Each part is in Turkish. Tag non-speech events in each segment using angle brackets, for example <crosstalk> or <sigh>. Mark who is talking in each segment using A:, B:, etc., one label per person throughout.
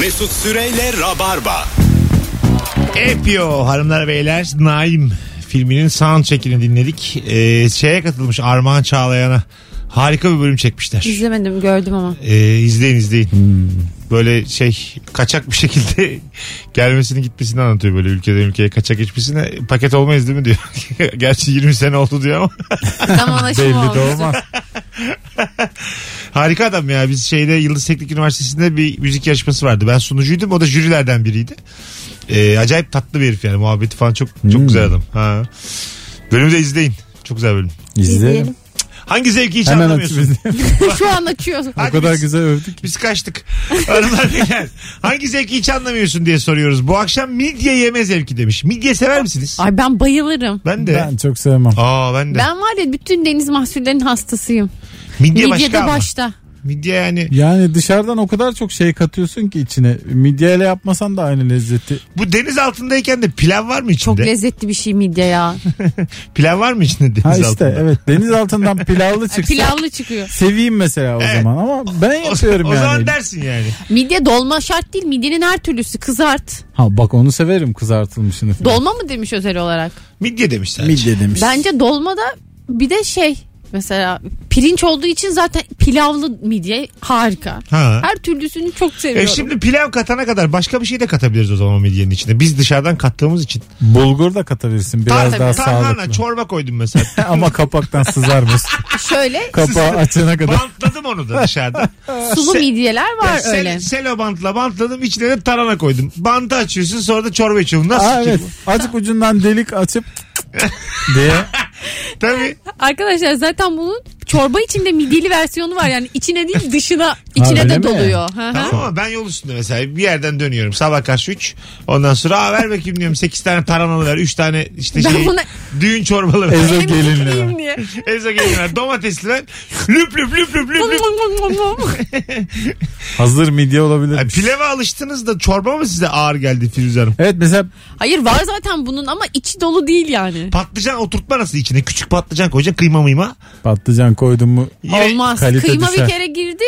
A: Mesut Süreyle Rabarba.
B: Epio hanımlar beyler Naim filminin sound çekini dinledik. Ee, şeye katılmış Armağan Çağlayan'a harika bir bölüm çekmişler.
C: İzlemedim gördüm ama.
B: Ee, izleyin izleyin. Böyle şey kaçak bir şekilde <laughs> gelmesini gitmesini anlatıyor böyle ülkeden ülkeye kaçak geçmesine paket olmayız değil mi diyor. <laughs> Gerçi 20 sene oldu diyor ama
C: <laughs> Tam anlaşım
D: Belli de
C: oldu.
D: olmaz.
B: <laughs> harika adam ya biz şeyde Yıldız Teknik Üniversitesi'nde bir müzik yarışması vardı. Ben sunucuydum o da jürilerden biriydi. Ee, acayip tatlı bir herif yani muhabbeti falan çok çok
D: Hmm.
B: güzel adam. Ha. Bölümü de izleyin. Çok güzel bölüm.
D: İzleyelim.
C: İzleyelim.
B: Hangi zevki hiç
D: Hemen
B: anlamıyorsun.
D: açıp
C: <laughs> Şu an açıyoruz.
D: O kadar
B: biz-
D: güzel övdük.
B: Biz kaçtık. <laughs> Hanımlar beyler. Hangi zevki hiç anlamıyorsun diye soruyoruz. Bu akşam midye yeme zevki demiş. Midye sever misiniz?
C: Ay ben bayılırım.
B: ben de.
D: Ben çok sevmem.
B: Aa ben de.
C: Ben var ya bütün deniz mahsullerinin hastasıyım.
B: midye
C: Midye
B: başka
C: de
B: ama.
C: başta.
B: Midye yani.
D: Yani dışarıdan o kadar çok şey katıyorsun ki içine. Midyeyle yapmasan da aynı lezzeti.
B: Bu deniz altındayken de pilav var mı
C: Çok
B: içinde?
C: lezzetli bir şey
B: <laughs>
C: midye ya.
B: pilav var mı içinde deniz
D: Ha işte
B: altında?
D: evet deniz altından pilavlı
C: Ay,
D: çıksa
C: Pilavlı çıkıyor.
D: seveyim mesela o
B: Evet.
D: zaman ama ben
B: O,
D: yapıyorum
B: o
D: yani.
B: zaman dersin yani.
C: Midye dolma şart değil. Midyenin her türlüsü kızart.
D: Ha bak onu severim kızartılmışını. falan.
C: Dolma mı demiş özel olarak?
B: Midye demiş sadece.
D: Midye demiş.
C: Bence dolma da bir de şey mesela pirinç olduğu için zaten pilavlı midye harika.
B: Ha.
C: Her türlüsünü çok
B: E
C: seviyorum.
B: şimdi pilav katana kadar başka bir şey de katabiliriz o zaman o midyenin içine. Biz dışarıdan kattığımız için.
D: Bulgur da katabilirsin biraz
C: Tabii,
D: daha
C: tabii.
B: Tarhana,
D: sağlıklı.
B: çorba koydum mesela.
D: <laughs> ama
B: <laughs>
D: kapaktan sızarmış.
C: Şöyle
D: Kapağı açana kadar.
B: Bantladım onu da dışarıda.
C: sulu
B: Se-
C: midyeler var
B: Sel-
C: öyle.
B: selo bantla bantladım içine de tarhana koydum. Bantı açıyorsun sonra da çorba içiyorsun. Nasıl
D: Aa,
B: fikir
D: evet. Azıcık ucundan
B: <laughs>
D: delik açıp diye
B: bu? Tabii.
C: Arkadaşlar zaten bunun çorba içinde midyeli versiyonu var. Yani içine değil dışına içine
D: öyle
C: de
D: mi?
C: doluyor. Hı hı.
B: Tamam ama ben yol üstünde mesela bir yerden dönüyorum. Sabah karşı 3. Ondan sonra Aa, ver bakayım diyorum 8 tane tarhanalı ver. 3 tane işte
C: Ben
B: şey
C: buna-
B: düğün çorbalı ver.
D: ezo gelinle.
C: Yiyeyim diye.
B: Ezo gelin ver. Domatesli ver. Lüp lüp lüp lüp lüp lüp.
D: Hazır midye olabilir.
B: Ay, Pilava alıştınız da çorba mı size ağır geldi Firuze Hanım?
D: Evet mesela
C: Hayır var zaten bunun ama içi dolu değil yani.
B: Patlıcan oturtma nasıl içine? Küçük patlıcan koyacaksın kıyma mıyma.
D: patlıcan koydun mu
B: Yine-
C: Olmaz.
D: kalite
C: Kıyma
D: düşer.
C: bir kere girdi.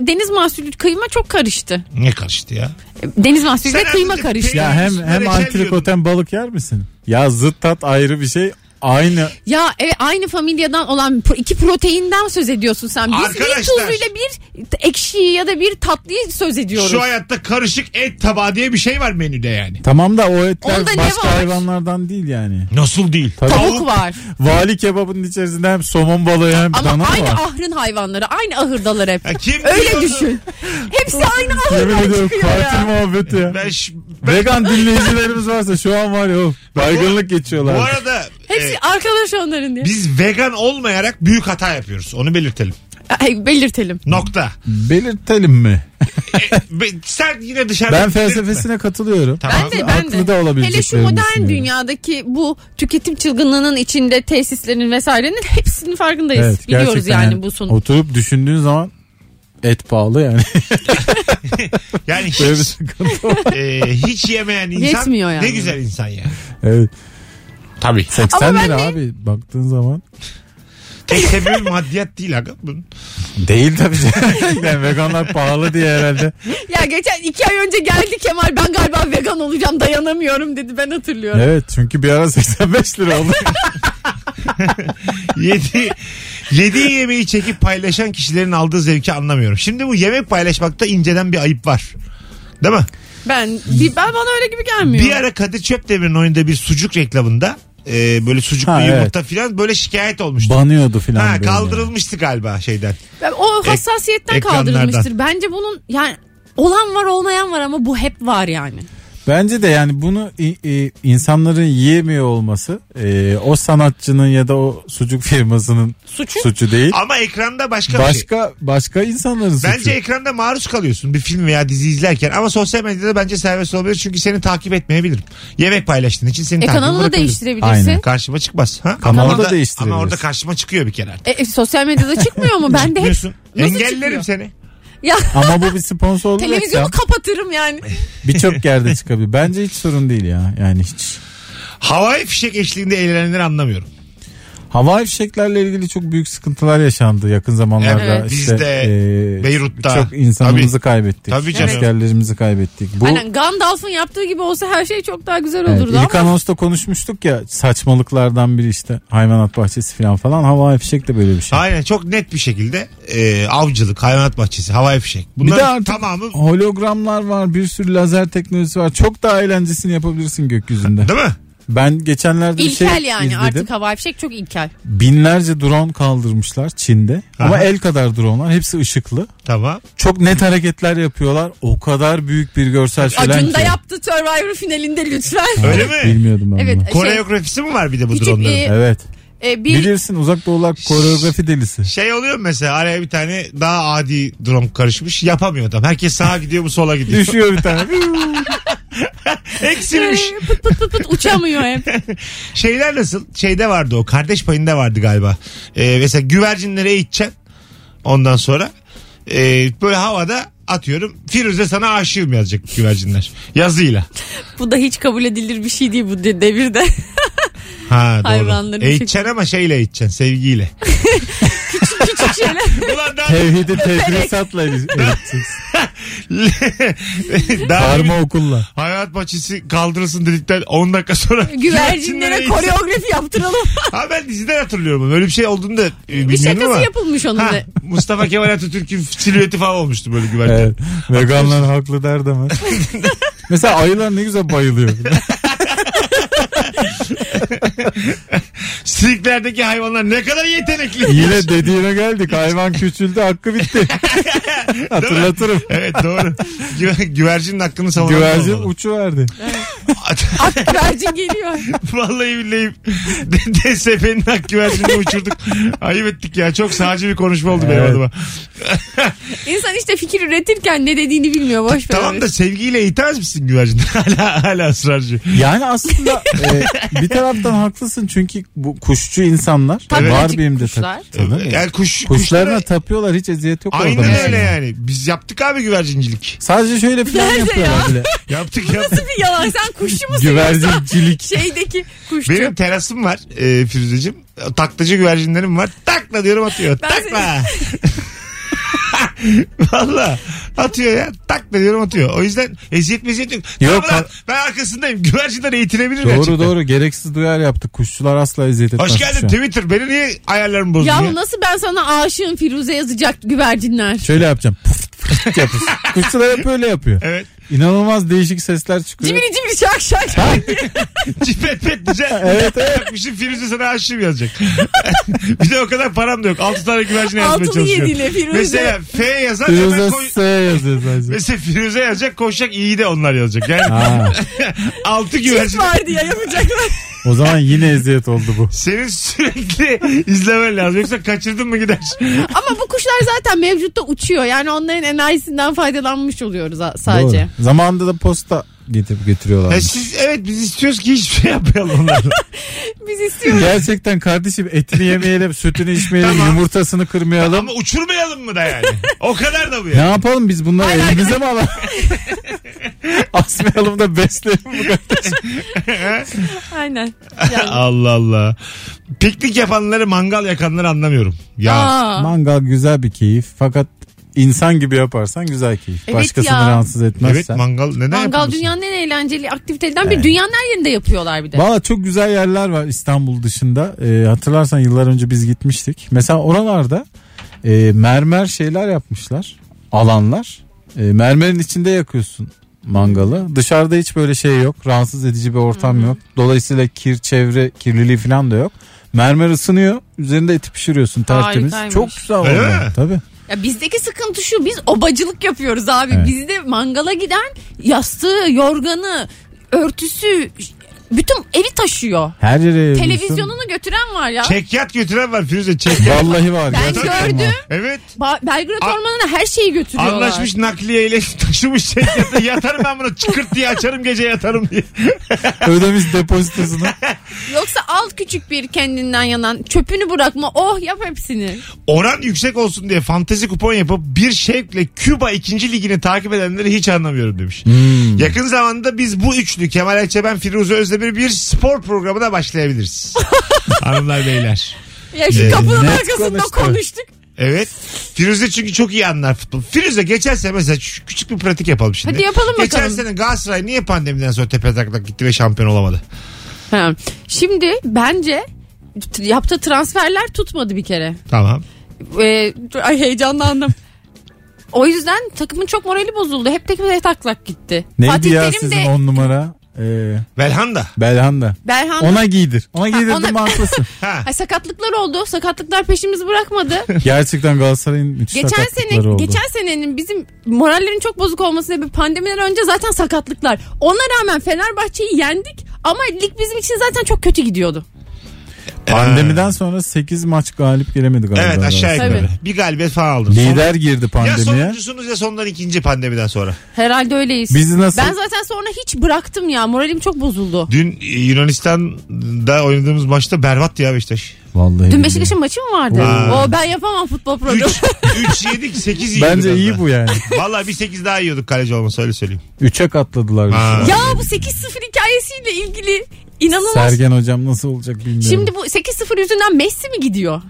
C: Deniz mahsulü kıyma çok karıştı.
B: Ne karıştı ya?
C: Deniz mahsulü
B: Sen
C: ve kıyma
B: anladın.
C: karıştı.
D: Ya hem
B: Üstüne
D: hem
B: reçel
D: antrikoten balık yer misin? Ya zıt tat ayrı bir şey. Aynı.
C: Ya evet, aynı familyadan olan pro- iki proteinden söz ediyorsun sen. Biz bir
B: Arkadaşlar.
C: tuzluyla bir ekşiyi ya da bir tatlıyı söz ediyoruz.
B: Şu hayatta karışık et tabağı diye bir şey var menüde yani.
D: Tamam da o etler
C: Onda ne
D: başka
C: var?
D: hayvanlardan değil yani.
B: Nasıl değil?
D: Tabii.
C: Tavuk var.
D: Vali kebabının içerisinde hem somon balığı hem
C: Ama
D: dana
C: aynı
D: var.
C: ahrın hayvanları, aynı ahırdalar hep.
B: Ya kim
C: Öyle
B: diyor?
C: düşün. Hepsi aynı
D: Yemin
C: ahırdan
D: ediyorum
C: çıkıyor
D: katil
C: ya.
D: muhabbeti ya.
B: Ben, ş- ben-
D: Vegan dinleyicilerimiz varsa şu an var ya of, baygınlık
B: bu
D: geçiyorlar.
B: arada
C: Hepsi
B: e,
C: arkadaş onların diye.
B: biz vegan olmayarak büyük hata yapıyoruz. Onu belirtelim.
C: Ay, belirtelim. <laughs>
B: Nokta.
D: Belirtelim mi?
B: E, be- sen yine dışarıda...
D: Ben felsefesine katılıyorum.
B: Tamam.
C: Ben de, ben
D: Haklı
C: de.
D: da olabileceklerini
C: Hele şu modern
D: düşünüyorum.
C: dünyadaki bu tüketim çılgınlığının içinde tesislerin vesairenin hepsinin farkındayız.
D: Evet,
C: Biliyoruz
D: gerçekten
C: yani bu sonu.
D: Oturup düşündüğün zaman et pahalı yani.
B: Yani
D: Böyle bir
B: hiç,
D: sıkıntı var.
B: e, hiç yemeyen insan
C: Yetmiyor yani.
B: ne güzel insan ya.
D: Evet.
B: Tabii.
D: 80
C: ben
D: lira
C: de-
D: abi baktığın zaman.
B: Tek sebebi maddiyat değil. aga. Bunun-
D: Değil tabii canım. <laughs> Yani veganlar pahalı diye herhalde.
C: Ya geçen iki ay önce geldi Kemal ben galiba vegan olacağım dayanamıyorum dedi ben hatırlıyorum.
D: Evet çünkü bir ara 85 lira
B: <laughs>
D: oldu.
B: Yedi, yediği yemeği çekip paylaşan kişilerin aldığı zevki anlamıyorum. Şimdi bu yemek paylaşmakta inceden bir ayıp var. Değil mi?
C: Ben bir, ben bana öyle gibi gelmiyor.
B: Bir ara Kadir Çöpdemir'in oyunda bir sucuk reklamında e, böyle sucuklu
D: Ha, evet.
B: yumurta filan böyle şikayet olmuştu.
D: Banıyordu filan.
B: Ha
D: böyle.
B: kaldırılmıştı galiba şeyden.
C: Ben- o hassasiyetten
B: Ek-
C: kaldırılmıştır. Bence bunun yani olan var olmayan var ama bu hep var yani.
D: Bence de yani bunu i- i- insanların yiyemiyor olması e, o sanatçının ya da o sucuk firmasının
C: Suçu?
D: suçu değil.
B: Ama ekranda başka, bir şey.
D: Başka başka insanların suçu.
B: Bence ekranda maruz kalıyorsun bir film veya dizi izlerken ama sosyal medyada bence serbest olabilir çünkü seni takip etmeyebilirim. Yemek paylaştığın için seni
C: E
B: takip
C: kanalını
B: bırakabilirim.
C: değiştirebilirsin.
D: Aynen.
B: Karşıma çıkmaz. Ha?
D: Kanalı da
B: orada-
D: değiştirebilirsin.
B: Ama orada karşıma çıkıyor bir kere.
C: E, e, sosyal medyada çıkmıyor mu? Ben de hep
B: Biliyorsun.
C: Nasıl
B: Engellerim
C: çıkıyor?
B: seni.
C: ya
D: Ama bu bir sponsor
C: televizyonu kapatırım yani.
D: birçok yerde çıkabilir. Bence hiç sorun değil ya. Yani hiç.
B: Havai fişek eşliğinde eğlenenleri anlamıyorum.
D: Havai fişeklerle ilgili çok büyük sıkıntılar yaşandı yakın zamanlarda.
C: Evet.
D: işte,
B: Bizde,
D: e,
B: Beyrut'ta.
D: Çok insanımızı kaybettik.
B: Tabii canım.
D: Askerlerimizi kaybettik. Bu
C: Aynen Gandalf'ın yaptığı gibi olsa her şey çok daha güzel
D: Evet,
C: olurdu
D: ilk
C: ama.
D: anonsta konuşmuştuk ya saçmalıklardan biri işte hayvanat bahçesi falan falan havai fişek de böyle bir şey.
B: Aynen çok net bir şekilde e, avcılık, hayvanat bahçesi, havai fişek. Bunların
D: de artık-
B: tamamı <laughs>
D: Hologramlar var bir sürü lazer teknolojisi var çok daha eğlencesini yapabilirsin gökyüzünde.
B: değil mi?
D: ben geçenlerde bir şey
C: İlkel yani
D: izledim.
C: artık havai fişek çok ilkel.
D: Binlerce drone kaldırmışlar Çin'de ama
B: Aha.
D: el kadar dronelar hepsi ışıklı.
B: Tamam.
D: Çok net hareketler yapıyorlar o kadar büyük bir görsel şölen
C: Acun da
D: ki.
C: yaptı Survivor finalinde lütfen.
B: Öyle mi?
D: Bilmiyordum ben
C: Evet,
D: bunu.
C: Şey-
B: Koreografisi mi var bir de bu
C: Küçük
B: dronların?
C: bir-
D: Evet.
C: Ee, bir
D: Bilirsin uzak doğular
C: <laughs>
D: koreografi delisi.
B: Şey oluyor mu mesela araya bir tane daha adi drone karışmış yapamıyor adam. Herkes sağa gidiyor bu sola gidiyor.
D: Düşüyor bir tane.
B: Eksilmiş.
C: Ee, pıt pıt pıt pıt uçamıyor hep.
B: Şeyler nasıl? Şeyde vardı o. Kardeş payında vardı galiba. Ee, mesela güvercinleri eğiteceksin. Ondan sonra e, böyle havada atıyorum. Firuze sana aşığım yazacak güvercinler. Yazıyla.
C: Bu da hiç kabul edilir bir şey değil bu de- devirde.
B: Ha
C: Hayvanları
B: doğru.
C: bir
B: Eğiteceksin ama şeyle eğiteceksin. Sevgiyle.
C: <laughs> Küçük şeyler.
B: <laughs> Ulan
C: <laughs>
B: daha,
D: Tevhidi tedrisatla eriteceğiz.
B: daha
D: Karma okulla.
B: hayat bahçesi kaldırılsın dedikten 10 dakika sonra <laughs> güvercinlere
C: Güvercinlere
B: eğiteceksin.
C: koreografi yaptıralım.
B: Ha ben diziden hatırlıyorum. onu. Öyle bir şey olduğunu da e,
C: bir
B: bilmiyorum
C: şakası
B: ama.
C: yapılmış onun
B: Ha,
C: da.
B: Mustafa Kemal Atatürk'ün silüeti falan olmuştu böyle güvercin.
D: Evet. Veganlar haklı
C: <laughs>
D: der demez. Mesela ayılar ne güzel bayılıyor.
B: Sirklerdeki hayvanlar ne kadar yetenekli. <laughs>
D: Yine dediğime geldik. Hayvan küçüldü
C: <laughs>
D: hakkı bitti. Hatırlatırım.
B: Evet doğru. Gü- güvercinin hakkını savunan.
D: Güvercin
B: olmalı.
D: uçu verdi.
C: Ak güvercin geliyor.
B: <laughs> Vallahi billahi DSP'nin hak güvercinini uçurduk. Ayıp ettik ya. Çok sağcı bir konuşma oldu benim
D: Evet.
B: adıma.
C: İnsan işte fikir üretirken ne dediğini bilmiyor. Boş ver.
B: Tamam da sevgiyle eğitemez misin güvercinleri? <laughs> hala, hala ısrarcı.
D: Yani
C: <laughs>
D: aslında e, bir taraftan haklısın çünkü bu kuşçu insanlar
C: Tabii.
D: var
C: Evet.
D: benim de
C: Kuşlar.
D: tabii. Tabii.
B: Yani kuş,
D: Kuşlarına
B: kuşlara-
D: tapıyorlar hiç eziyet yok orada.
B: Aynen
D: mesela.
B: öyle yani. Biz yaptık abi güvercincilik.
D: Sadece şöyle falan
C: Nerede
D: yapıyorlar
C: <laughs>
D: bile.
B: Yaptık yaptık.
C: Nasıl bir yalan? Sen kuşçu musun? yoksa?
D: Güvercincilik.
C: Şeydeki kuşçu.
B: Benim terasım var e, Firuzeciğim. Taklacı güvercinlerim var. Takla diyorum atıyor.
C: Ben
B: Takla. <laughs> Valla atıyor ya. Takla diyorum atıyor. O yüzden eziyet meziyet yok.
D: Yok,
B: Yok. Lan,
D: ha-
B: ben arkasındayım. Güvercinler eğitilebilir gerçekten.
D: Doğru doğru gereksiz duyar yaptık. Kuşçular asla eziyet etmez.
B: Hoş geldin
D: kuşa.
B: Twitter. Beni niye ayarlarımı bozdun ya? Şey,
C: Yahu nasıl ben sana aşığım Firuze yazacak güvercinler.
D: Şöyle yapacağım. Pıf,
B: <laughs>
D: pıf yapıyorsun. Kuşçular hep öyle yapıyor.
B: Evet. <laughs>
D: İnanılmaz değişik sesler çıkıyor.
C: Cimri cimri şak şak.
B: Cipet pet diyeceksin.
D: <laughs> Evet,
B: Yapmışım Firuze sana aşığım yazacak. <laughs> bir de o kadar param da yok. 6 tane güvercin yazmaya
C: Altılı
B: çalışıyorum.
C: yedili Firuze.
B: Mesela F yazar. hemen
D: Firuze
B: koy-
D: S yazıyor
B: <laughs>
D: sadece.
B: Mesela Firuze yazacak koşacak iyi de onlar yazacak. Yani
D: Ha,
B: altı
C: Çift
B: güvercin.
C: vardı ya yapacaklar.
B: <laughs>
D: o zaman yine eziyet oldu bu.
B: Senin sürekli izlemen lazım. Yoksa kaçırdın mı gider.
C: Ama bu kuşlar zaten mevcutta uçuyor. Yani onların enerjisinden faydalanmış oluyoruz a- sadece.
D: Doğru. Zamanında da posta getirip getiriyorlar.
B: Ya siz, evet biz istiyoruz ki hiçbir şey yapmayalım onlarla.
C: Biz istiyoruz.
D: Gerçekten kardeşim etini yemeyelim, sütünü içmeyelim,
B: Tamam.
D: yumurtasını kırmayalım.
B: Ama uçurmayalım mı da yani? O kadar da bu
D: Ne
B: ya.
D: yapalım biz bunları elimize mi
C: <laughs>
D: alalım? Asmayalım da besleyelim bu kardeşim.
C: Aynen.
B: Allah Allah. Piknik yapanları mangal yakanları anlamıyorum. Ya
C: Aa.
D: Mangal güzel bir keyif fakat insan gibi yaparsan güzel keyif.
C: Evet
D: Başkasını
C: ya.
D: rahatsız
B: evet
D: etmezsen.
B: mangal neden
C: Mangal
B: yapamıyorsun?
C: dünyanın en eğlenceli aktivitelerinden biri. Dünyanın her yerinde yapıyorlar bir de.
D: Valla çok güzel yerler var İstanbul dışında. Ee, hatırlarsan yıllar önce biz gitmiştik. Mesela oralarda e, mermer şeyler yapmışlar. Alanlar. E, mermerin içinde yakıyorsun mangalı. Dışarıda hiç böyle şey yok. Rahatsız edici bir ortam yok. Dolayısıyla kir, çevre kirliliği falan da yok. Mermer ısınıyor. Üzerinde eti pişiriyorsun tertemiz.
C: Harikaymış.
D: Çok güzel
B: Öyle
D: oluyor.
B: mi?
D: Tabii.
C: Ya bizdeki sıkıntı şu biz obacılık yapıyoruz abi.
D: Evet.
C: Bizde mangala giden yastığı, yorganı, örtüsü bütün evi taşıyor.
D: Her yere yayılıyorsun.
C: Televizyonunu götüren var ya.
B: Çekyat götüren var Firuze
C: <laughs>
B: çekyat.
D: Vallahi var.
C: Ben
D: gerçekten
C: gördüm.
D: var.
B: evet.
C: Ba- Belgrad
B: A-
C: Ormanı'na her şeyi götürüyorlar.
B: Anlaşmış nakliyeyle <laughs> taşımış çekyatı. yatarım ben bunu çıkırt diye açarım gece yatarım diye.
C: <laughs>
D: Ödemiş depozitosunu.
C: Yoksa al küçük bir kendinden yanan çöpünü bırakma. Oh yap hepsini.
B: oran yüksek olsun diye fantezi kupon yapıp bir şevkle Küba 2. ligini takip edenleri hiç anlamıyorum demiş.
C: Hmm.
B: Yakın zamanda biz bu üçlü
C: <laughs>
B: Kemal Ayça ben Firuze Özdemir bir spor programına başlayabiliriz. Hanımlar beyler.
C: Ya şu
B: Ee,
C: kapının
D: net
C: arkasında
D: konuştu.
C: konuştuk.
B: Evet. Firuze çünkü çok iyi anlar futbol. Firuze geçen sene mesela şu küçük bir pratik yapalım şimdi.
C: Hadi yapalım
B: geçen
C: bakalım.
B: sene Galatasaray niye pandemiden sonra tepe taklak gitti ve şampiyon olamadı?
C: Ha. Şimdi bence t- yaptığı transferler tutmadı bir kere.
B: Tamam.
C: Ee, dur, ay heyecanlandım. O yüzden takımın çok morali bozuldu. Hep tek taklak gitti.
D: Neydi
C: Fatih
D: ya
C: Terim
D: sizin
C: de
D: on numara? Ee,
B: Belhanda.
D: Belhanda.
C: Belhanda
D: Ona giydir. Ona giydirdim
C: ona- <laughs>
D: haklısın.
B: Ha.
C: Ay, sakatlıklar oldu. Sakatlıklar peşimizi
D: <laughs>
C: bırakmadı.
D: Gerçekten Galatasaray'ın müthiş
C: geçen
D: sakatlıkları
C: sene
D: oldu.
C: geçen senenin bizim morallerin çok bozuk olması sebebi pandemiden önce zaten sakatlıklar. Ona rağmen Fenerbahçe'yi yendik ama lig bizim için zaten çok kötü gidiyordu.
D: Pandemiden sonra 8 maç galip gelemedi galiba.
B: Evet aşağı
D: Galatasaray.
B: yukarı.
C: Tabii.
B: Bir galibiyet falan aldın.
D: Lider girdi
B: Ya
D: pandemiye.
B: sonuncusunuz ya sondan ikinci pandemiden sonra.
C: Herhalde öyleyiz.
D: Biz nasıl?
C: Ben zaten sonra hiç bıraktım ya. Moralim çok bozuldu.
B: Dün Yunanistan'da oynadığımız maçta berbattı ya Beşiktaş.
D: Vallahi
C: Dün
D: billahi.
C: Beşiktaş'ın maçı mı vardı?
B: Vay.
C: O ben yapamam futbol programı.
B: 3 3 yedik 8 yiyorduk.
D: Bence iyi
B: az
D: bu
B: daha. <laughs>
D: yani.
B: Vallahi bir 8 daha yiyorduk kaleci olmasa öyle söyleyeyim.
D: 3'e katladılar. bir
B: Ha.
D: sürü.
C: ya bu 8-0 hikayesiyle ilgili inanılmaz.
D: Sergen hocam nasıl olacak bilmiyorum.
C: Şimdi bu 8-0 yüzünden Messi mi gidiyor?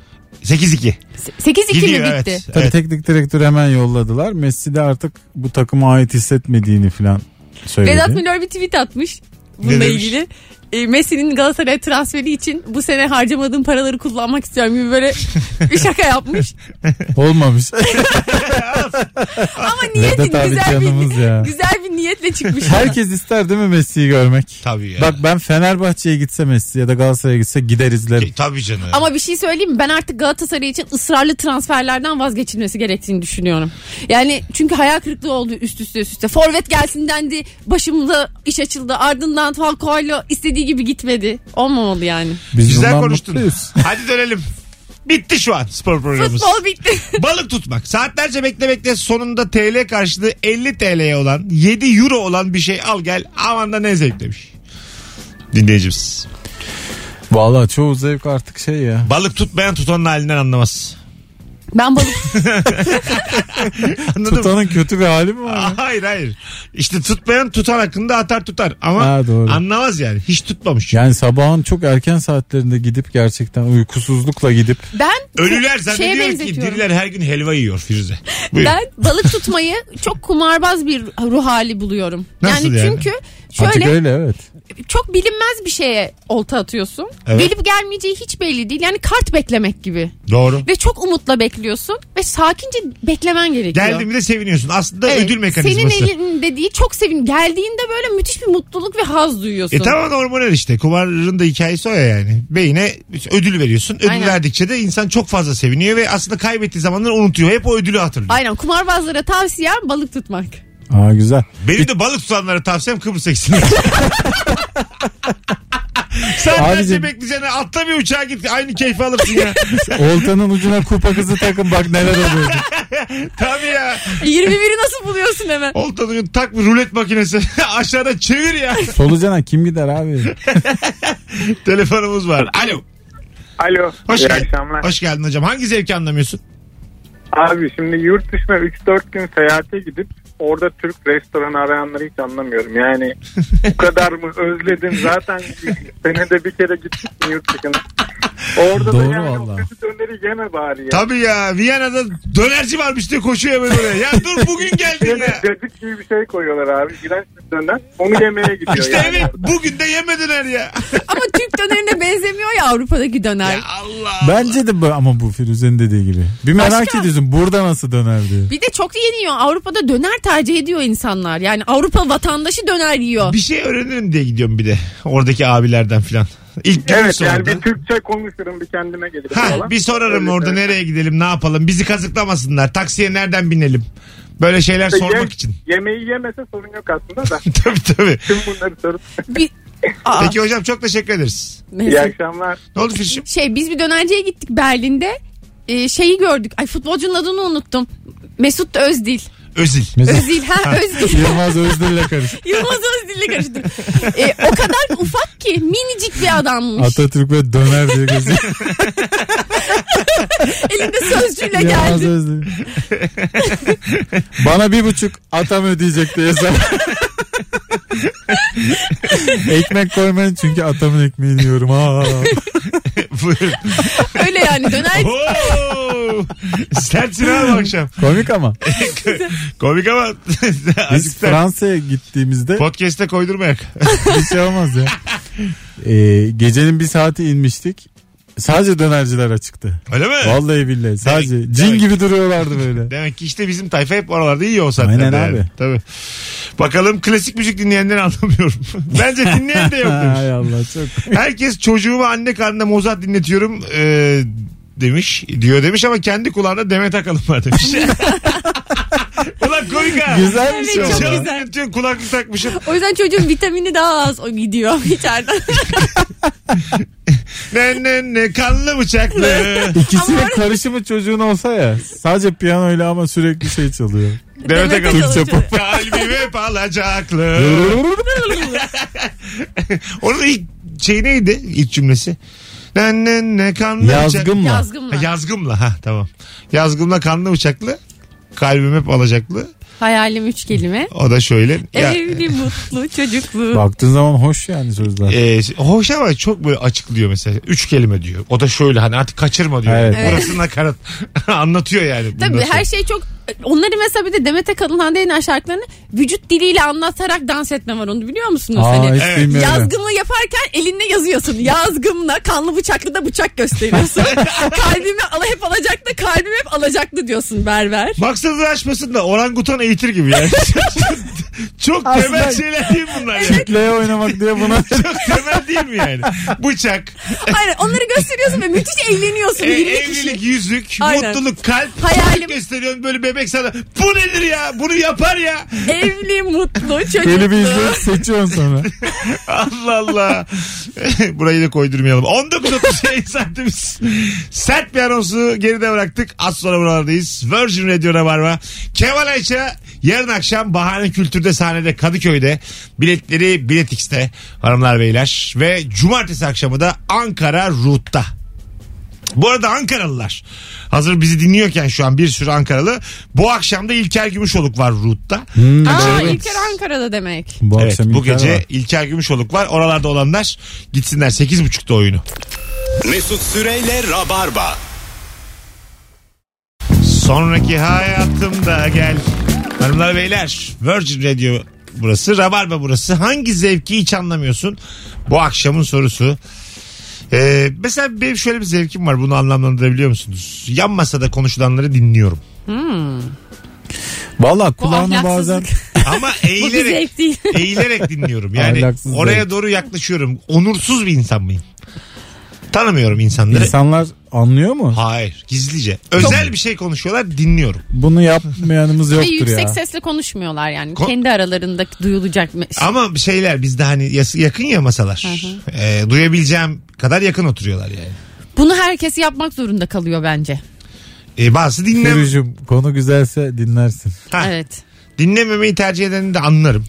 B: 8-2.
C: Se- 8-2
B: Gidiyor
C: mi
B: evet.
C: bitti?
D: Tabii
B: Evet.
D: teknik direktör hemen yolladılar. Messi de artık bu takıma ait hissetmediğini falan söyledi.
C: Vedat Milor bir tweet atmış bununla
B: Ne demiş?
C: ilgili. E, Messi'nin Galatasaray transferi için bu sene harcamadığım paraları kullanmak istiyorum
B: <laughs>
C: gibi böyle bir şaka yapmış. <laughs>
D: Olmamış.
C: Ama niyetin
D: Vedat abi
C: güzel
D: canımız
C: bir,
D: ya.
C: güzel bir niyetle çıkmış.
D: Herkes ister değil mi Messi'yi görmek?
B: Tabii ya.
D: Bak ben Fenerbahçe'ye gitse Messi ya da Galatasaray'a gitse gider izlerim.
B: E, Tabii canım.
C: Ama bir şey söyleyeyim mi? Ben artık Galatasaray için ısrarlı transferlerden vazgeçilmesi gerektiğini düşünüyorum. Yani çünkü hayal kırıklığı oldu üst üste üst üste. Forvet gelsin dendi. Başımıza iş açıldı. Ardından Falcao'yla istediği gibi gitmedi. Olmamalı yani.
D: Biz
B: Güzel
D: bundan
B: konuştun.
D: mutluyuz.
B: Hadi dönelim. Bitti şu an spor programımız.
C: Futbol bitti.
B: Balık tutmak. Saatlerce bekle bekle sonunda TL karşılığı 50 TL'ye olan 7 euro olan bir şey al gel. Aman da ne zevk demiş. Dinleyicimiz.
D: Valla çoğu zevk artık şey ya.
B: Balık tutmayan tutanın halinden anlamaz. <laughs>
C: ben balık
B: Anladın mı?
D: Tutanın kötü bir hali mi var? ya?
C: Ah.
B: Aa, Hayır hayır. İşte tutmayan tutan hakkında atar tutar ama
D: Ha, doğru.
B: anlamaz yani. Hiç tutmamış.
D: Yani sabahın çok erken saatlerinde gidip gerçekten uykusuzlukla gidip
C: ben
B: <laughs> Ölüler
C: şeye
B: zannediyor ki
C: Şey benzetiyorum.
B: diriler her gün helva yiyor Firuze. Buyur.
C: Ben balık tutmayı çok kumarbaz bir ruh hali buluyorum.
B: Nasıl
C: yani,
B: yani?
C: çünkü
D: artık
C: şöyle
D: öyle evet.
C: çok bilinmez bir şeye olta atıyorsun.
B: Evet.
C: Gelip gelmeyeceği hiç belli değil. Yani kart beklemek gibi.
B: Doğru.
C: Ve çok umutla bekliyorsun ve sakince beklemen gerekiyor.
B: Geldi mi de seviniyorsun. Aslında
C: Evet.
B: ödül mekanizması.
C: Senin elinde değil çok sevin. Geldiğinde böyle müthiş bir mutluluk ve haz duyuyorsun.
B: E tamam hormonal işte. Kumarın da hikayesi o ya yani. Beyine ödül veriyorsun. Ödül
C: Aynen.
B: verdikçe de insan çok fazla seviniyor ve aslında kaybettiği zamanları unutuyor. Hep o ödülü hatırlıyor.
C: Aynen kumarbazlara tavsiyem balık tutmak. <laughs>
D: Aa güzel.
B: Benim de balık tutanlara tavsiyem Kıbrıs eksin.
C: <laughs>
B: Sen
D: Abicim-
B: bence bekleyeceğine atla bir uçağa git aynı keyfi alırsın ya.
D: Oltanın ucuna kupa kızı takın bak neler oluyor.
B: Tabii ya.
C: 21'i nasıl buluyorsun hemen?
B: Oltanın tak bir rulet makinesi. <laughs> Aşağıda çevir ya.
D: Solucana kim gider abi?
B: Telefonumuz var. Alo.
E: Alo.
B: Hoş,
E: iyi
B: geldin.
E: akşamlar.
B: Hoş geldin hocam. Hangi zevki anlamıyorsun?
E: Abi şimdi yurt dışına 3-4 gün seyahate gidip orada Türk restoranı arayanları hiç anlamıyorum. Yani
B: <laughs>
E: bu kadar mı özledim zaten senede bir kere gittik mi yurt dışına. Orada
D: Doğru
E: da yani
D: valla.
E: o kötü döneri yeme bari ya.
B: Tabii ya Viyana'da dönerci varmış diye koşuyor hemen oraya. Ya dur bugün geldin
E: Yine
B: ya.
E: cacık gibi bir şey koyuyorlar abi. İğrenç bir döner. Onu yemeye gidiyor
B: İşte
E: <laughs> yani.
B: evet bugün de yemedin her ya.
C: Ama Türk dönerine benzemiyor ya Avrupa'daki döner.
B: ya Allah.
D: Bence de bu ama bu Firuze'nin dediği gibi. Bir merak
C: Başka?
D: ediyorsun burada nasıl döner diye.
C: Bir de çok yeniyor. Avrupa'da döner tercih ediyor insanlar. Yani Avrupa vatandaşı döner yiyor.
B: Bir şey öğrenirim diye gidiyorum bir de. Oradaki abilerden filan. İlk günün
E: Evet
B: sonunda.
E: yani bir Türkçe konuşurum bir kendime gelirim
B: Ha,
E: falan.
B: bir sorarım
E: Öyle
B: orada
E: söyleyeyim.
B: nereye gidelim ne yapalım. Bizi kazıklamasınlar. Taksiye nereden binelim. Böyle şeyler
E: İşte yem-
B: sormak için. <laughs>
E: Yemeği yemese sorun yok aslında da.
B: tabii tabii.
E: Tüm bunları sorup.
C: Bir... Aa,
E: Ah.
B: Peki hocam çok teşekkür ederiz. <laughs>
E: İyi
C: neyse.
E: akşamlar.
B: Ne oldu Firşim?
C: Şey biz bir dönerciye gittik Berlin'de. Ee, şeyi gördük. Ay futbolcunun adını unuttum. Mesut Özdil.
B: Özil.
C: <laughs>
D: Mesela
C: Özdil ha Özdil.
D: <laughs> Yılmaz Özdil'le karışık.
C: Yılmaz Özdil'le karıştırdım. Ee, o kadar ufak ki minicik bir adammış.
D: Atatürk ve döner diye geziyor.
C: Elinde sözcüğüyle
D: Yılmaz
B: <laughs>
C: geldi.
D: Özdil. Bana bir buçuk atam ödeyecek diye sen. Ekmek koymayın çünkü atamın ekmeğini yiyorum. Aa.
B: Buyurun.
C: Öyle
B: <laughs>
C: yani döner
B: Oo! Sertsin ha bu akşam.
D: Komik ama.
B: Komik ama
D: Biz
B: azıcık sert.
D: Fransa'ya gittiğimizde
B: Podcast'te koydurmayak.
D: bir şey olmaz
B: <laughs>
D: ya. Ee, gecenin bir saati inmiştik. Sadece dönerciler açıktı.
B: Öyle mi?
D: Vallahi billahi. Sadece
B: Demek-
D: cin
B: demek-
D: gibi duruyorlardı böyle.
B: Demek ki işte bizim tayfa hep oralarda yiyor o saatlerde.
D: Aynen
B: yani.
D: abi.
B: Tabii. Bakalım klasik müzik dinleyenleri <laughs> anlamıyorum. Bence dinleyen de yok
D: <laughs>
B: demiş.
D: Hay Allah
B: <laughs>
D: çok.
B: Herkes çocuğuma anne karnında Mozart dinletiyorum eee, demiş. Diyor demiş ama kendi kulağında Demet Akalın var
D: <laughs>
B: demiş. Ulan komik ha.
D: Güzel bir şey
C: Evet,
D: oldu.
C: çok
B: Çalıp
C: güzel.
B: dinletiyorum, Kulaklık takmışım.
C: O yüzden çocuğun vitamini daha az o gidiyor <laughs> içeriden.
B: Ne ne ne kanlı bıçaklı.
D: İkisinin
C: Ama orada-
D: karışımı çocuğun olsa ya. Sadece piyanoyla ama sürekli şey çalıyor.
B: Demet Akalın.
D: Akalın.
B: <laughs>
D: Türkçe pop.
B: Kalbim hep
D: <laughs>
B: alacaklı. Onun ilk şey neydi? İlk cümlesi. Ne ne ne <laughs> kanlı bıçaklı.
D: Yazgın mı?
B: Ha,
C: Yazgımla.
B: yazgımla ha tamam. Yazgımla kanlı bıçaklı. Kalbim hep alacaklı.
C: Hayalim üç kelime.
B: O da şöyle. Ya,
C: Evli, mutlu, çocuklu.
D: Baktığın zaman hoş yani sözler.
B: e, hoş ama çok böyle açıklıyor mesela. Üç kelime diyor. O da şöyle hani artık kaçırma diyor.
D: Evet.
B: Burası nakarat. <laughs> Anlatıyor yani. bundan
C: Tabii
B: sonra.
C: her şey çok onları mesela bir de Demet Akalın Hande Yener şarkılarını vücut diliyle anlatarak dans etme var onu biliyor musunuz?
D: Aa,
C: hani,
D: hiç
B: Evet.
D: bilmiyorum.
C: Yazgımı yaparken elinde yazıyorsun. Yazgımla kanlı bıçaklı da bıçak
D: <laughs>
C: gösteriyorsun. kalbimi ala hep alacaklı, kalbim hep alacaklı diyorsun berber.
B: Maksadını aşmasın da orangutan eğitir gibi
C: <laughs>
B: yani. çok temel
D: Aslında-
B: şeyler değil bunlar
C: <laughs>
B: yani.
D: Kitleye oynamak diye buna.
B: Çok temel değil mi yani? Bıçak,
C: Hayır onları gösteriyorsun ve müthiş eğleniyorsun.
B: e,
C: 20
B: evlilik,
C: kişi.
B: yüzük,
C: Aynen.
B: mutluluk, kalp.
C: Hayalim.
B: Çocuk gösteriyorsun böyle bebek sana. Bu nedir ya? Bunu yapar ya.
C: Evli,
D: <laughs>
C: mutlu,
D: Deli bir
C: çocuklu.
D: izleyip seçiyorsun sonra.
B: Allah Allah. <laughs> Burayı da koydurmayalım. 19.30 yayın <laughs> saatimiz. Sert bir anonsu geride bıraktık. Az sonra buralardayız. Virgin Radio Rabarba. Kemal Ayça yarın akşam Bahane Kültür'de sahnede Kadıköy'de. Biletleri Bilet X'te hanımlar beyler. Ve cumartesi akşamı da Ankara Root'ta. Bu arada Ankaralılar hazır bizi dinliyorken şu an bir sürü Ankaralı. Bu akşam da İlker Gümüşoluk var Root'ta.
C: Aa,
B: Evet.
C: İlker Ankara'da demek.
D: Bu
B: Evet
D: akşam
B: bu
D: İlker
B: gece
D: var.
B: İlker Gümüşoluk var. Oralarda olanlar gitsinler 8.30'da oyunu.
A: Mesut Süreyle Rabarba.
B: Sonraki hayatımda gel. Hanımlar beyler Virgin Radio burası. Rabarba burası. Hangi zevki hiç anlamıyorsun? Bu akşamın sorusu. Ee, mesela benim şöyle bir zevkim var. Bunu anlamlandırabiliyor musunuz? Yan masada konuşulanları dinliyorum.
D: Valla
C: Bu
D: kulağına bazen şey
C: ahlaksızlık.
B: Ama
C: <laughs> Bu bir
B: eğilerek,
C: zevk değil.
B: eğilerek dinliyorum. Yani
D: Ahlaksız
B: oraya
D: zevk.
B: doğru yaklaşıyorum. Onursuz bir insan mıyım? Tanımıyorum insanları.
D: insanlar anlıyor mu?
B: Hayır gizlice. Özel bir şey konuşuyorlar dinliyorum.
D: Bunu yapmayanımız
C: Ve
D: yoktur
C: yüksek
D: ya.
C: sesle konuşmuyorlar yani.
B: Ko-
C: Kendi aralarında duyulacak. me-
B: Ama şeyler bizde hani yas- yakın ya masalar. Ee, duyabileceğim kadar yakın oturuyorlar yani.
C: Bunu herkes yapmak zorunda kalıyor bence.
B: Ee, bazısı dinlem
D: Firuz'cum konu güzelse dinlersin.
B: Ha,
C: Evet.
B: dinlememeyi tercih edeni de anlarım.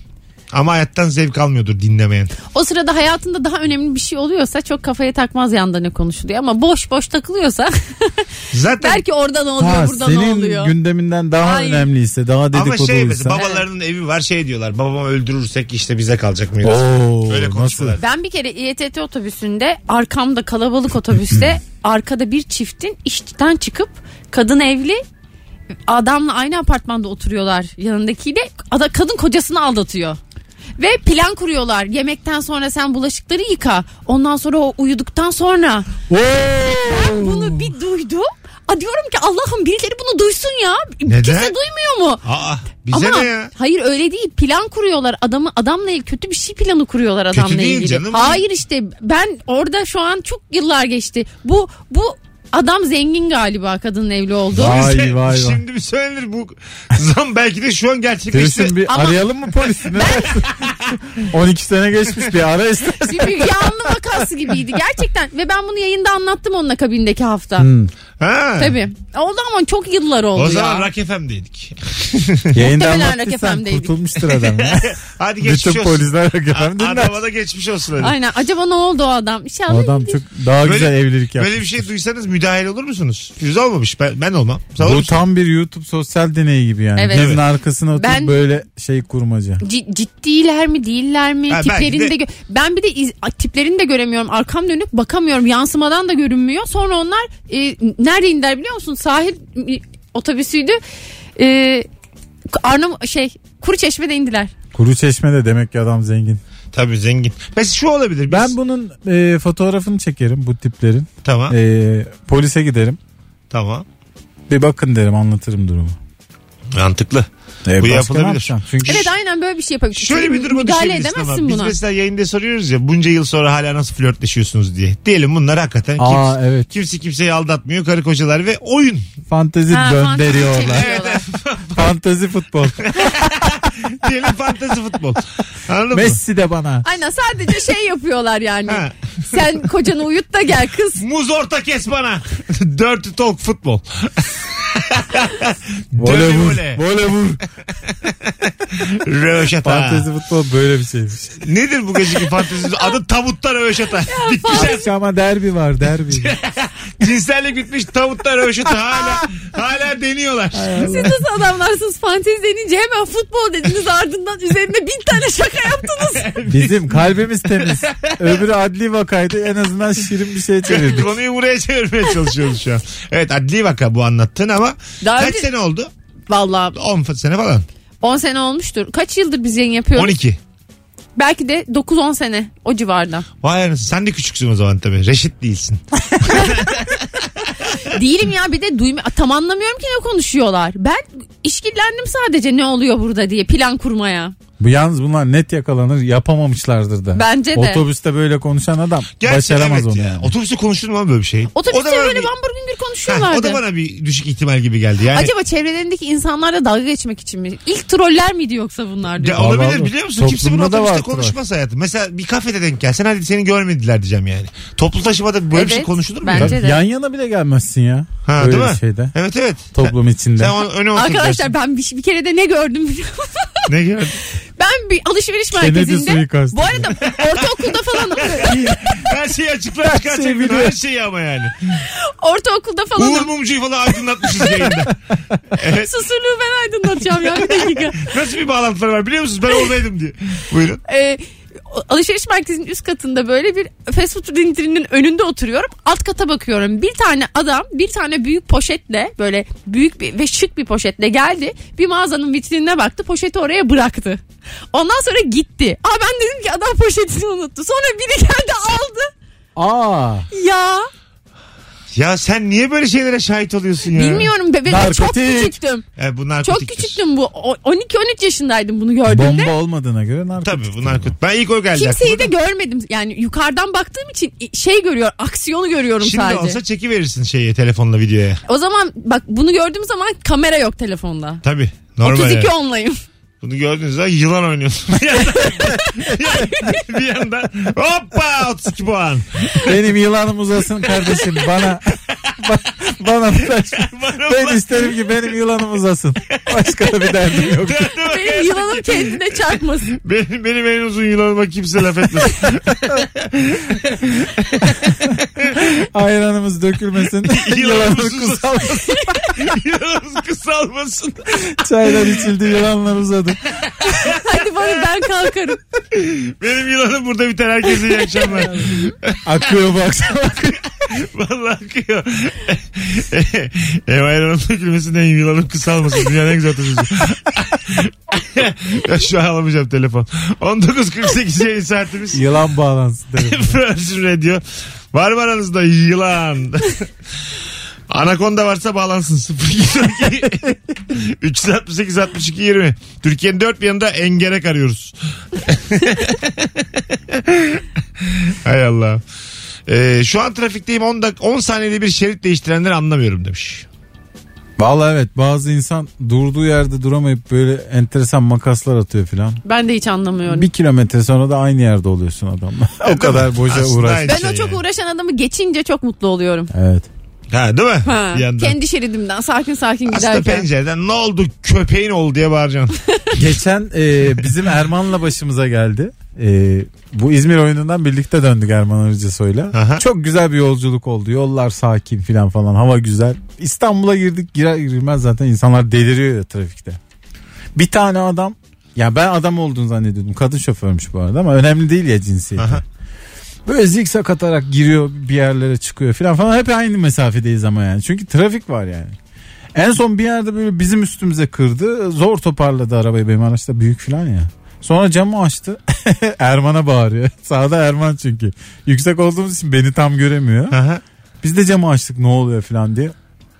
B: Ama hayattan zevk almıyordur dinlemeyen.
C: O sırada hayatında daha önemli bir şey oluyorsa çok kafaya takmaz yanda ne konuşuluyor ama boş boş takılıyorsa <laughs>
B: Zaten
C: belki orada ne oluyor
D: Ha,
C: burada ne
D: senin
C: oluyor.
D: gündeminden daha
C: Ay.
D: önemliyse daha
B: ama şey mesela
D: dedikoduluysa.
B: babalarının evi var şey diyorlar. Babamı öldürürsek işte bize kalacak mıyız?
D: Oo,
B: Öyle konuşmalar.
C: Ben bir kere İETT otobüsünde arkamda kalabalık
D: <laughs>
C: otobüste arkada bir çiftin işten çıkıp kadın evli adamla aynı apartmanda oturuyorlar yanındakiyle ada kadın kocasını aldatıyor. Ve plan kuruyorlar. Yemekten sonra sen bulaşıkları yıka. Ondan sonra o uyuduktan sonra
B: Hmm.
D: Oo.
C: bunu bir duydum. A diyorum ki Allah'ım birileri bunu duysun ya.
B: Neden?
C: Kimse duymuyor mu?
B: Aa bize
C: Ama
B: ne ya?
C: hayır öyle değil. Plan kuruyorlar. Adamı adamla ilgili kötü bir şey planı kuruyorlar adamla
B: değil
C: ilgili.
B: canım.
C: Hayır işte ben orada şu an çok yıllar geçti. Bu bu adam zengin galiba kadının evli oldu.
D: Vay
B: Bize-
D: vay vay.
B: Şimdi bir söylenir bu zam belki de şu an gerçekleşti.
D: Firuz'cum bir
C: Ama-
D: arayalım
C: <laughs>
D: mı polisi? Ne dersin? <laughs> 12 sene geçmiş bir
C: <laughs>
D: ara istersen.
C: Bir, bir yağlı vakası gibiydi gerçekten. Ve ben bunu yayında anlattım onun akabindeki hafta.
B: Ha.
C: Tabii. Oldu ama çok yıllar oldu
B: Hmm. O
C: ya.
B: zaman Rock FM'deydik.
D: Yayında
C: Muhtemelen
D: anlattıysan
B: <laughs>
C: rakipemdeydik.
D: kurtulmuştur adam. ya.
B: Hadi geçmiş
D: Bütün
B: olsun.
D: polisler rakipem dinler.
B: Adama da geçmiş olsun hadi.
C: Aynen. Acaba ne oldu o adam? İnşallah.
D: O adam çok daha
B: Böyle-
D: güzel evlilik yaptı.
B: Böyle bir şey duysanız müdahil olur musunuz? Firuze olmamış. Ben, ben olmam. Sen olur
D: Bu
B: musun?
D: tam bir YouTube sosyal deneyi gibi yani.
C: Evet.
D: Birinin
B: Evet.
D: arkasına oturup
C: Ben-
D: böyle şey kurmaca.
C: C- ciddiler mi değiller mi
B: Ha, belki
C: tiplerini de,
B: de-
C: gö- ben bir de iz- a- tiplerini de göremiyorum arkam dönük bakamıyorum yansımadan da görünmüyor sonra onlar e, nerede indiler biliyor musun sahil e, otobüsüydü e, Arnavut şey kuru çeşmede indiler
D: Kuru çeşme de demek ki adam zengin.
B: Tabii zengin. Mesela şu olabilir. Biz,
D: Ben bunun e, fotoğrafını çekerim bu tiplerin.
B: Tamam.
D: E, polise giderim.
B: Tamam.
D: Bir bakın derim anlatırım durumu.
B: Mantıklı.
D: E, başka ne
B: yapılabilir.
D: yapacaksın? Çünkü
C: evet aynen böyle bir şey yapabilirsin
B: Şöyle bir duruma
C: müdahale
B: düşebilirsin ama.
C: edemezsin
B: Biz
C: buna
B: mesela yayında soruyoruz ya bunca yıl sonra hala nasıl flörtleşiyorsunuz diye. Diyelim bunlar hakikaten
D: Aa,
B: kimse,
D: evet.
B: kimse kimseyi aldatmıyor. Karı kocalar ve oyun.
D: fantezi
C: Ha,
D: döndürüyorlar.
C: fantezi çeviriyorlar.
B: <laughs>
D: fantezi futbol. <laughs>
B: Diyelim fantezi futbol. Anladın mı?
D: Messi de bana.
C: <laughs> aynen sadece şey yapıyorlar yani
B: Ha.
C: sen kocanı uyut da gel kız
B: Muz orta kes bana. <laughs> Dirty talk futbol.
D: Vole
B: Dövme
D: vur.
B: vole.
D: Vole vur.
B: Röveşata.
D: Fantezi futbol böyle
B: <laughs>
D: bir şeymiş.
B: Nedir bu geceki
C: <laughs>
B: fantezi? Adı tabutta röveşata. Bitmişler.
D: Ama derbi var derbi.
B: Cinsellik bitmiş tavutta röveşata.
C: <laughs>
B: Hala, hala deniyorlar.
C: Siz nasıl adamlarsınız fantezi denince hemen futbol dediniz ardından üzerine bin tane şaka yaptınız.
D: Bizim kalbimiz temiz. Öbürü adli vakaydı. En azından şirin bir şey çevirdik.
B: Konuyu buraya çevirmeye çalışıyoruz şu an. Evet adli vaka bu anlattığın ama
C: Daha
B: kaç
C: önce-
B: sene oldu?
C: Vallahi
B: 10 sene falan.
C: 10 sene olmuştur. Kaç yıldır biz yayın yapıyoruz?
B: 12.
C: Belki de 9-10 sene o civarda.
B: Vay anasını sen de küçüksün o zaman tabii. Reşit değilsin.
C: Değilim ya bir de duyma tam anlamıyorum ki ne konuşuyorlar. Ben işkillendim sadece ne oluyor burada diye plan kurmaya.
D: Bu yalnız bunlar net yakalanır. Yapamamışlardır da.
C: Bence de.
D: Otobüste böyle konuşan adam başaramaz
B: evet
D: onu.
B: ya.
D: yani.
B: Otobüste konuştun mu abi böyle bir şey? O da
C: Otobüste
B: bana
C: böyle
B: bir-
C: bambur gündür
B: Heh,
C: konuşuyorlardı.
B: O da bana bir düşük ihtimal gibi geldi. Yani
C: Acaba çevrelerindeki insanlarla dalga geçmek için mi? İlk troller miydi yoksa bunlar diyor.
B: Ya olabilir
D: Vallahi
B: biliyor musun? Kimse bunu
D: toplumda da
B: otobüste
D: vardır
B: konuşmaz hayatım. Mesela bir kafede denk gelsen hadi seni görmediler diyeceğim yani. Toplu taşımada böyle bir şey
C: Evet,
B: konuşulur mu?
C: bence
B: ya?
C: de.
D: Yan yana bile gelmezsin ya.
B: Ha,
D: böyle
B: değil mi?
D: şeyde.
B: Evet evet.
D: Toplum içinde.
B: Sen onu öne otur.
C: Arkadaşlar ben bir, bir kere de ne gördüm biliyor musun? <laughs>
B: Ne gördün?
C: Ben bir alışveriş
D: Kennedy
C: merkezinde
D: suikastı.
C: bu arada ortaokulda falan
B: <laughs> Her şeyi açıklar
D: şeyi
B: çıkartacaktın.
D: biliyor.
B: Her şeyi ama yani.
C: <laughs> ortaokulda
B: Uğur
C: falan
B: Mumcu'yu falan aydınlatmışız yayında. Evet.
C: susurluğu ben aydınlatacağım ya bir dakika.
B: Nasıl bir bağlantıları var biliyor musunuz? Ben oradaydım diye. Buyurun.
C: Ee, alışveriş merkezinin üst katında böyle bir fast food zincirinin önünde oturuyorum. Alt kata bakıyorum. Bir tane adam bir tane büyük poşetle böyle büyük bir ve şık bir poşetle geldi. Bir mağazanın vitrinine baktı. Poşeti oraya bıraktı. Ondan sonra gitti. Aa ben dedim ki adam poşetini unuttu. Sonra biri geldi aldı.
D: Aa,
C: Ya
B: Ya sen niye böyle şeylere şahit oluyorsun ya?
C: bilmiyorum be, ben çok
D: Narkotik.
C: küçüktüm.
B: E, bu narkotik.
C: Çok küçüktüm bu. O- 12-13 yaşındaydım bunu gördüğümde.
D: bomba olmadığına
B: <laughs>
D: göre narkotik.
B: Tabii bu narkotik. Ben ilk o geldi.
C: Kimseyi de
B: aklıma da.
C: görmedim. Yani yukarıdan baktığım için şey görüyor, aksiyonu görüyorum
B: Şimdi
C: sadece.
B: olsa çekiverirsin şeyi telefonla videoya.
C: O zaman bak bunu gördüğüm zaman kamera yok telefonda.
B: Tabii. Normal
C: 32
B: yani.
C: onlayım. <laughs>
B: Bunu gördüğünüz zaman yılan oynuyorsun. <laughs> Bir yandan, bir yandan hoppa 32 puan.
D: Benim yılanım uzasın kardeşim bana. <laughs> ba-
B: <laughs>
D: bana ulaş.
B: Bana
D: Ben
B: ulaş.
D: isterim ki benim yılanım uzasın. Başka da bir derdim yok.
C: Benim yılanım kendine çarpmasın.
B: Benim, benim en uzun yılanıma kimse laf etmesin.
D: Ayranımız <laughs> dökülmesin. <laughs> Yılanımız
B: Yılanımız uzasın.
D: kusalmasın.
B: Yılanımız kısalmasın.
D: Çaylar içildi yılanlar uzadı.
C: Hadi bana ben kalkarım.
B: Benim yılanım burada biter. Herkese iyi
D: <laughs>
B: akşamlar.
D: Akıyor bu <laughs> akşam.
B: Vallahi akıyor. E, Ev ayranım dökülmesin en yılanım kısalmasın. Dünyanın en güzel tasarısı. <laughs> ya şu an alamayacağım telefon. 19.48 yayın saatimiz.
D: Yılan bağlansın <laughs> derim.
B: Virgin Radio. Var mı aranızda
C: <laughs>
B: yılan? Anakonda varsa bağlansın. <laughs> 0212 368 62 20. Türkiye'nin dört bir yanında engerek arıyoruz. <laughs> Hay Allah. Ee, şu an trafikteyim 10 dak 10 saniyede bir şerit değiştirenleri anlamıyorum demiş.
D: Valla evet bazı insan durduğu yerde duramayıp böyle enteresan makaslar atıyor filan.
C: Ben de hiç anlamıyorum.
D: Bir kilometre sonra da aynı yerde oluyorsun adamla. <laughs> o kadar boşa
B: Aslında
D: uğraş.
B: aynı
C: ben
B: şey
C: o çok
B: yani.
C: uğraşan adamı geçince çok mutlu oluyorum.
D: Evet.
B: Ha değil mi?
C: Ha,
B: Bir yandan.
C: kendi şeridimden sakin sakin
B: Aslında
C: giderken.
B: pencereden ne oldu köpeğin oldu diye
C: <laughs>
B: bağıracaksın.
D: Geçen e, bizim Erman'la başımıza geldi. E, bu İzmir oyunundan birlikte döndük Erman Arıcısoy'la.
B: Aha.
D: Çok güzel bir yolculuk oldu. Yollar sakin filan falan. Hava güzel. İstanbul'a girdik. Girer girmez zaten insanlar deliriyor ya trafikte. Bir tane adam. Ya ben adam olduğunu zannediyordum. Kadın şoförmüş bu arada ama önemli değil ya cinsiyeti.
B: Aha.
D: Böyle zikzak atarak giriyor bir yerlere çıkıyor filan falan. Hep aynı mesafedeyiz ama yani. Çünkü trafik var yani. En son bir yerde böyle bizim üstümüze kırdı. Zor toparladı arabayı benim araçta büyük filan ya. Sonra camı açtı. <laughs> Erman'a bağırıyor. <laughs> Sağda Erman çünkü. Yüksek olduğumuz için beni tam göremiyor.
B: Aha.
D: Biz de camı açtık ne oluyor filan diye.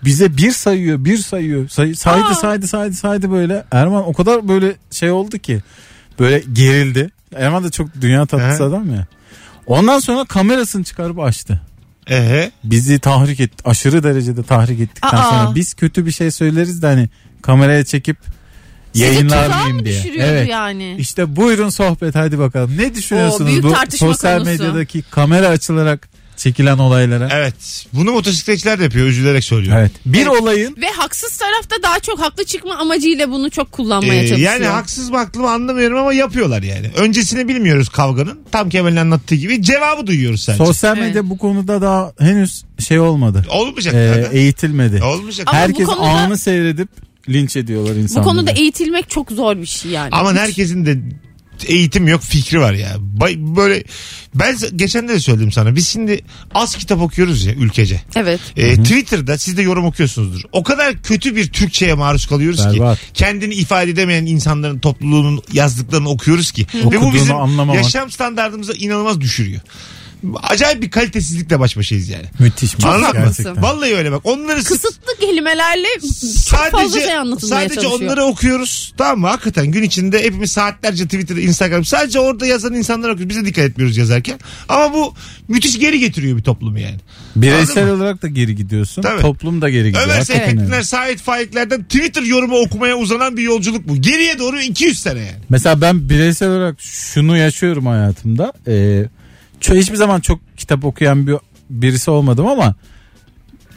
D: Bize bir sayıyor bir sayıyor. Say- saydı
C: Aa.
D: saydı saydı saydı böyle. Erman o kadar böyle şey oldu ki. Böyle gerildi. Erman da çok dünya tatlısı
B: Hı.
D: adam ya. Ondan sonra kamerasını çıkarıp açtı.
B: Ee,
D: Bizi tahrik et aşırı derecede tahrik ettikten
C: Aa.
D: sonra biz kötü bir şey söyleriz de hani kameraya çekip
C: Sizi tuzağa
D: yayınlamayayım
C: mı
D: diye.
C: düşürüyordu
D: Evet.
C: yani?
D: İşte buyurun sohbet hadi bakalım. Ne
C: Oo,
D: düşünüyorsunuz
C: büyük
D: bu
C: tartışma
D: sosyal
C: konusu.
D: medyadaki kamera açılarak çekilen olaylara?
B: evet. Bunu motosikletçiler de yapıyor üzülerek söylüyor.
D: Evet. Bir olayın
C: Ve haksız tarafta daha çok haklı çıkma amacıyla bunu çok kullanmaya
B: Ee,
C: çalışıyor.
B: yani haksız mı haklı mı anlamıyorum ama yapıyorlar yani. Öncesini bilmiyoruz kavganın. Tam Kemal'in anlattığı gibi cevabı duyuyoruz sadece.
D: sosyal
C: Evet.
D: medya bu konuda daha henüz şey olmadı.
B: Olmayacak
D: Ee,
B: zaten.
D: eğitilmedi.
B: Olmayacak.
C: Ama-
D: Herkes
C: bu konuda-
D: anı seyredip linç ediyorlar
C: Bu
D: insanları.
C: konuda eğitilmek çok zor bir şey yani.
B: Ama
C: Hiç-
B: herkesin de eğitim yok fikri var ya. Bay- Böyle ben s- geçen de söyledim sana. Biz şimdi az kitap okuyoruz ya ülkece.
C: Evet.
B: Ee, Twitter'da siz de yorum okuyorsunuzdur. O kadar kötü bir Türkçe'ye maruz kalıyoruz
D: Berbat.
B: ki kendini ifade edemeyen insanların topluluğunun yazdıklarını okuyoruz ki. Ve bu
D: Okuduğunu
B: bizim
D: anlamamak.
B: yaşam standartımıza inanılmaz düşürüyor. Acayip bir kalitesizlikle baş başayız yani.
D: müthiş.
C: Çok
D: müthiş
C: haklısın.
D: gerçekten.
B: Vallahi öyle bak. Onları s-
C: Kısıtlı kelimelerle çok fazla
B: sadece
C: şey anlatılmaya
B: sadece
C: çalışıyor.
B: onları okuyoruz. Tamam mı? Hakikaten gün içinde hepimiz saatlerce Twitter, Instagram sadece orada yazan insanlar okuyoruz. Bize dikkat etmiyoruz yazarken. Ama bu müthiş geri getiriyor bir toplumu yani.
D: Bireysel
B: Anladın
D: olarak da geri gidiyorsun.
B: Tabii.
D: Toplum da geri gidiyor.
B: Ömer
D: Hakikaten öyle.
B: Seyfettinler, Sait Faikler'den Twitter yorumu okumaya uzanan bir yolculuk bu. Geriye doğru 200 sene yani.
D: Mesela ben bireysel olarak şunu yaşıyorum hayatımda. Ee, ço- hiçbir zaman çok kitap okuyan bir birisi olmadım ama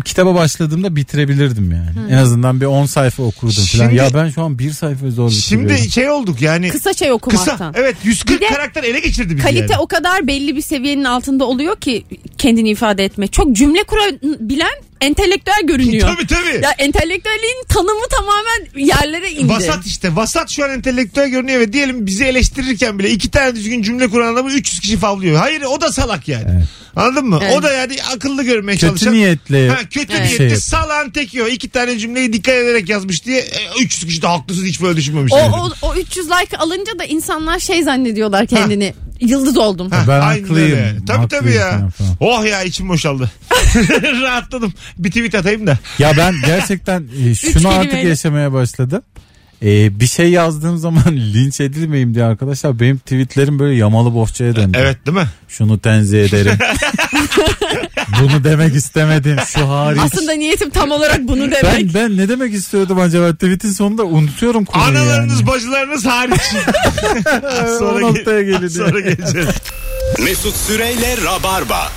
D: kitaba başladığımda bitirebilirdim yani. En azından bir 10 sayfa okurdum falan.
B: Şimdi-
D: Ya ben şu an bir sayfa zor bitiriyorum.
B: Şimdi şey olduk yani.
C: Kısa şey okumaktan.
B: Kısa. Evet 140
C: Bir de
B: karakter ele geçirdi bizi
C: Kalite
B: yani.
C: o kadar belli bir seviyenin altında oluyor ki kendini ifade etme. Çok cümle kurabilen entelektüel görünüyor.
B: Tabii tabii.
C: Ya entelektüelliğin tanımı tamamen yerlere indi.
B: Vasat işte. Vasat şu an entelektüel görünüyor ve diyelim bizi eleştirirken bile iki tane düzgün cümle kuran adamı 300 kişi favlıyor. Hayır o da salak yani. Anladın mı?
C: Evet.
B: O da yani akıllı görmeye
D: Kötü
B: çalışan.
D: niyetle
B: Ha, kötü
D: bir
B: niyetli
D: şey yap-
B: salağın teki o. İki tane cümleyi dikkat ederek yazmış diye e, 300 kişi de haklısın hiç böyle düşünmemiş.
C: O,
B: yani.
C: o, o 300 like alınca da insanlar şey zannediyorlar kendini. Yıldız oldum.
D: Ha.
B: <laughs>
D: Ben
B: Aynen
D: haklıyım.
B: öyle. Tabii tabii
D: Haklıyım
B: ya.
D: falan falan.
B: Oh ya içim boşaldı. <laughs> Rahatladım. Bir tweet atayım da.
D: Ya ben gerçekten
B: <laughs>
D: e, şunu artık
C: kelimeyle.
D: yaşamaya başladım. Ee, bir şey yazdığım zaman <laughs> linç edilmeyeyim diye arkadaşlar benim tweetlerim böyle yamalı bohçaya döndü.
B: Evet değil mi?
D: Şunu tenzih
B: <laughs>
D: ederim. Bunu demek istemedim. Şu hariç.
C: Aslında niyetim tam olarak bunu
B: <laughs>
C: demek.
D: Ben ben ne demek istiyordum acaba? Tweet'in sonunda unutuyorum konuyu
B: Analarınız
D: yani.
B: bacılarınız
D: <laughs>
B: hariç. Az
D: O
B: sonra,
D: noktaya
B: gel-
D: gelindi.
B: az sonra geleceğiz.
A: Mesut Süreyle Rabarba.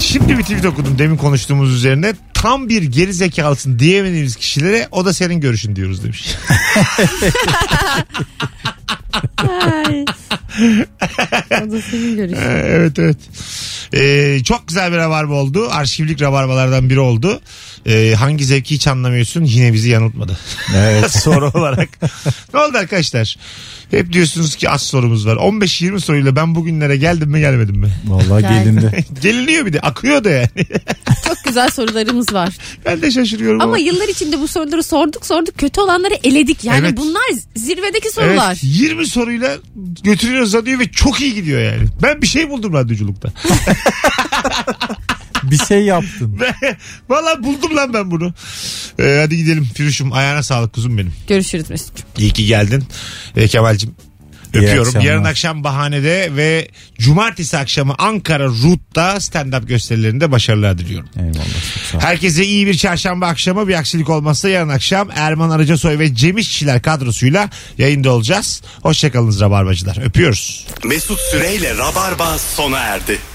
B: Şimdi bir tweet okudum demin konuştuğumuz üzerine. Tam bir geri zekalısın diyemediğimiz kişilere o da senin görüşün diyoruz
D: <laughs>
B: demiş. <laughs>
C: Ay. o da senin görüşün.
B: evet evet. Ee, çok güzel bir rabarba oldu. Arşivlik rabarbalardan biri oldu. Ee, hangi zevki hiç anlamıyorsun yine bizi yanıltmadı. <laughs>
D: Evet.
B: soru olarak. ne oldu arkadaşlar? Hep diyorsunuz ki az sorumuz var. 15-20 soruyla ben bugünlere geldim mi gelmedim mi? <laughs>
D: Vallahi gelindi.
B: Geliniyor bir de akıyor da yani. <laughs>
C: Çok güzel sorularımız var.
B: ben de şaşırıyorum.
C: Ama yıllar içinde bu soruları sorduk sorduk kötü olanları eledik. Yani
B: Evet.
C: bunlar zirvedeki
B: Evet,
C: sorular.
B: 20 soruyla götürüyoruz radyoyu ve çok iyi gidiyor yani. Ben bir şey buldum radyoculukta. <laughs>
D: Bir şey yaptın.
B: Valla buldum lan ben bunu. Ee, hadi gidelim Firuş'um ayağına sağlık kuzum benim.
C: Görüşürüz Mesut'cum.
B: İyi ki geldin ee, Kemal'cim.
D: İyi
B: Öpüyorum.
D: akşamlar.
B: Yarın akşam bahanede ve cumartesi akşamı Ankara Root'ta stand-up gösterilerinde başarılar diliyorum.
D: Eyvallah. çok sağ ol.
B: Herkese iyi bir çarşamba akşamı. Bir aksilik olmazsa yarın akşam Erman Arıcasoy ve Cem İşçiler kadrosuyla yayında olacağız. Hoşçakalınız Rabarbacılar. Öpüyoruz.
A: Mesut Süreyle Rabarba sona erdi.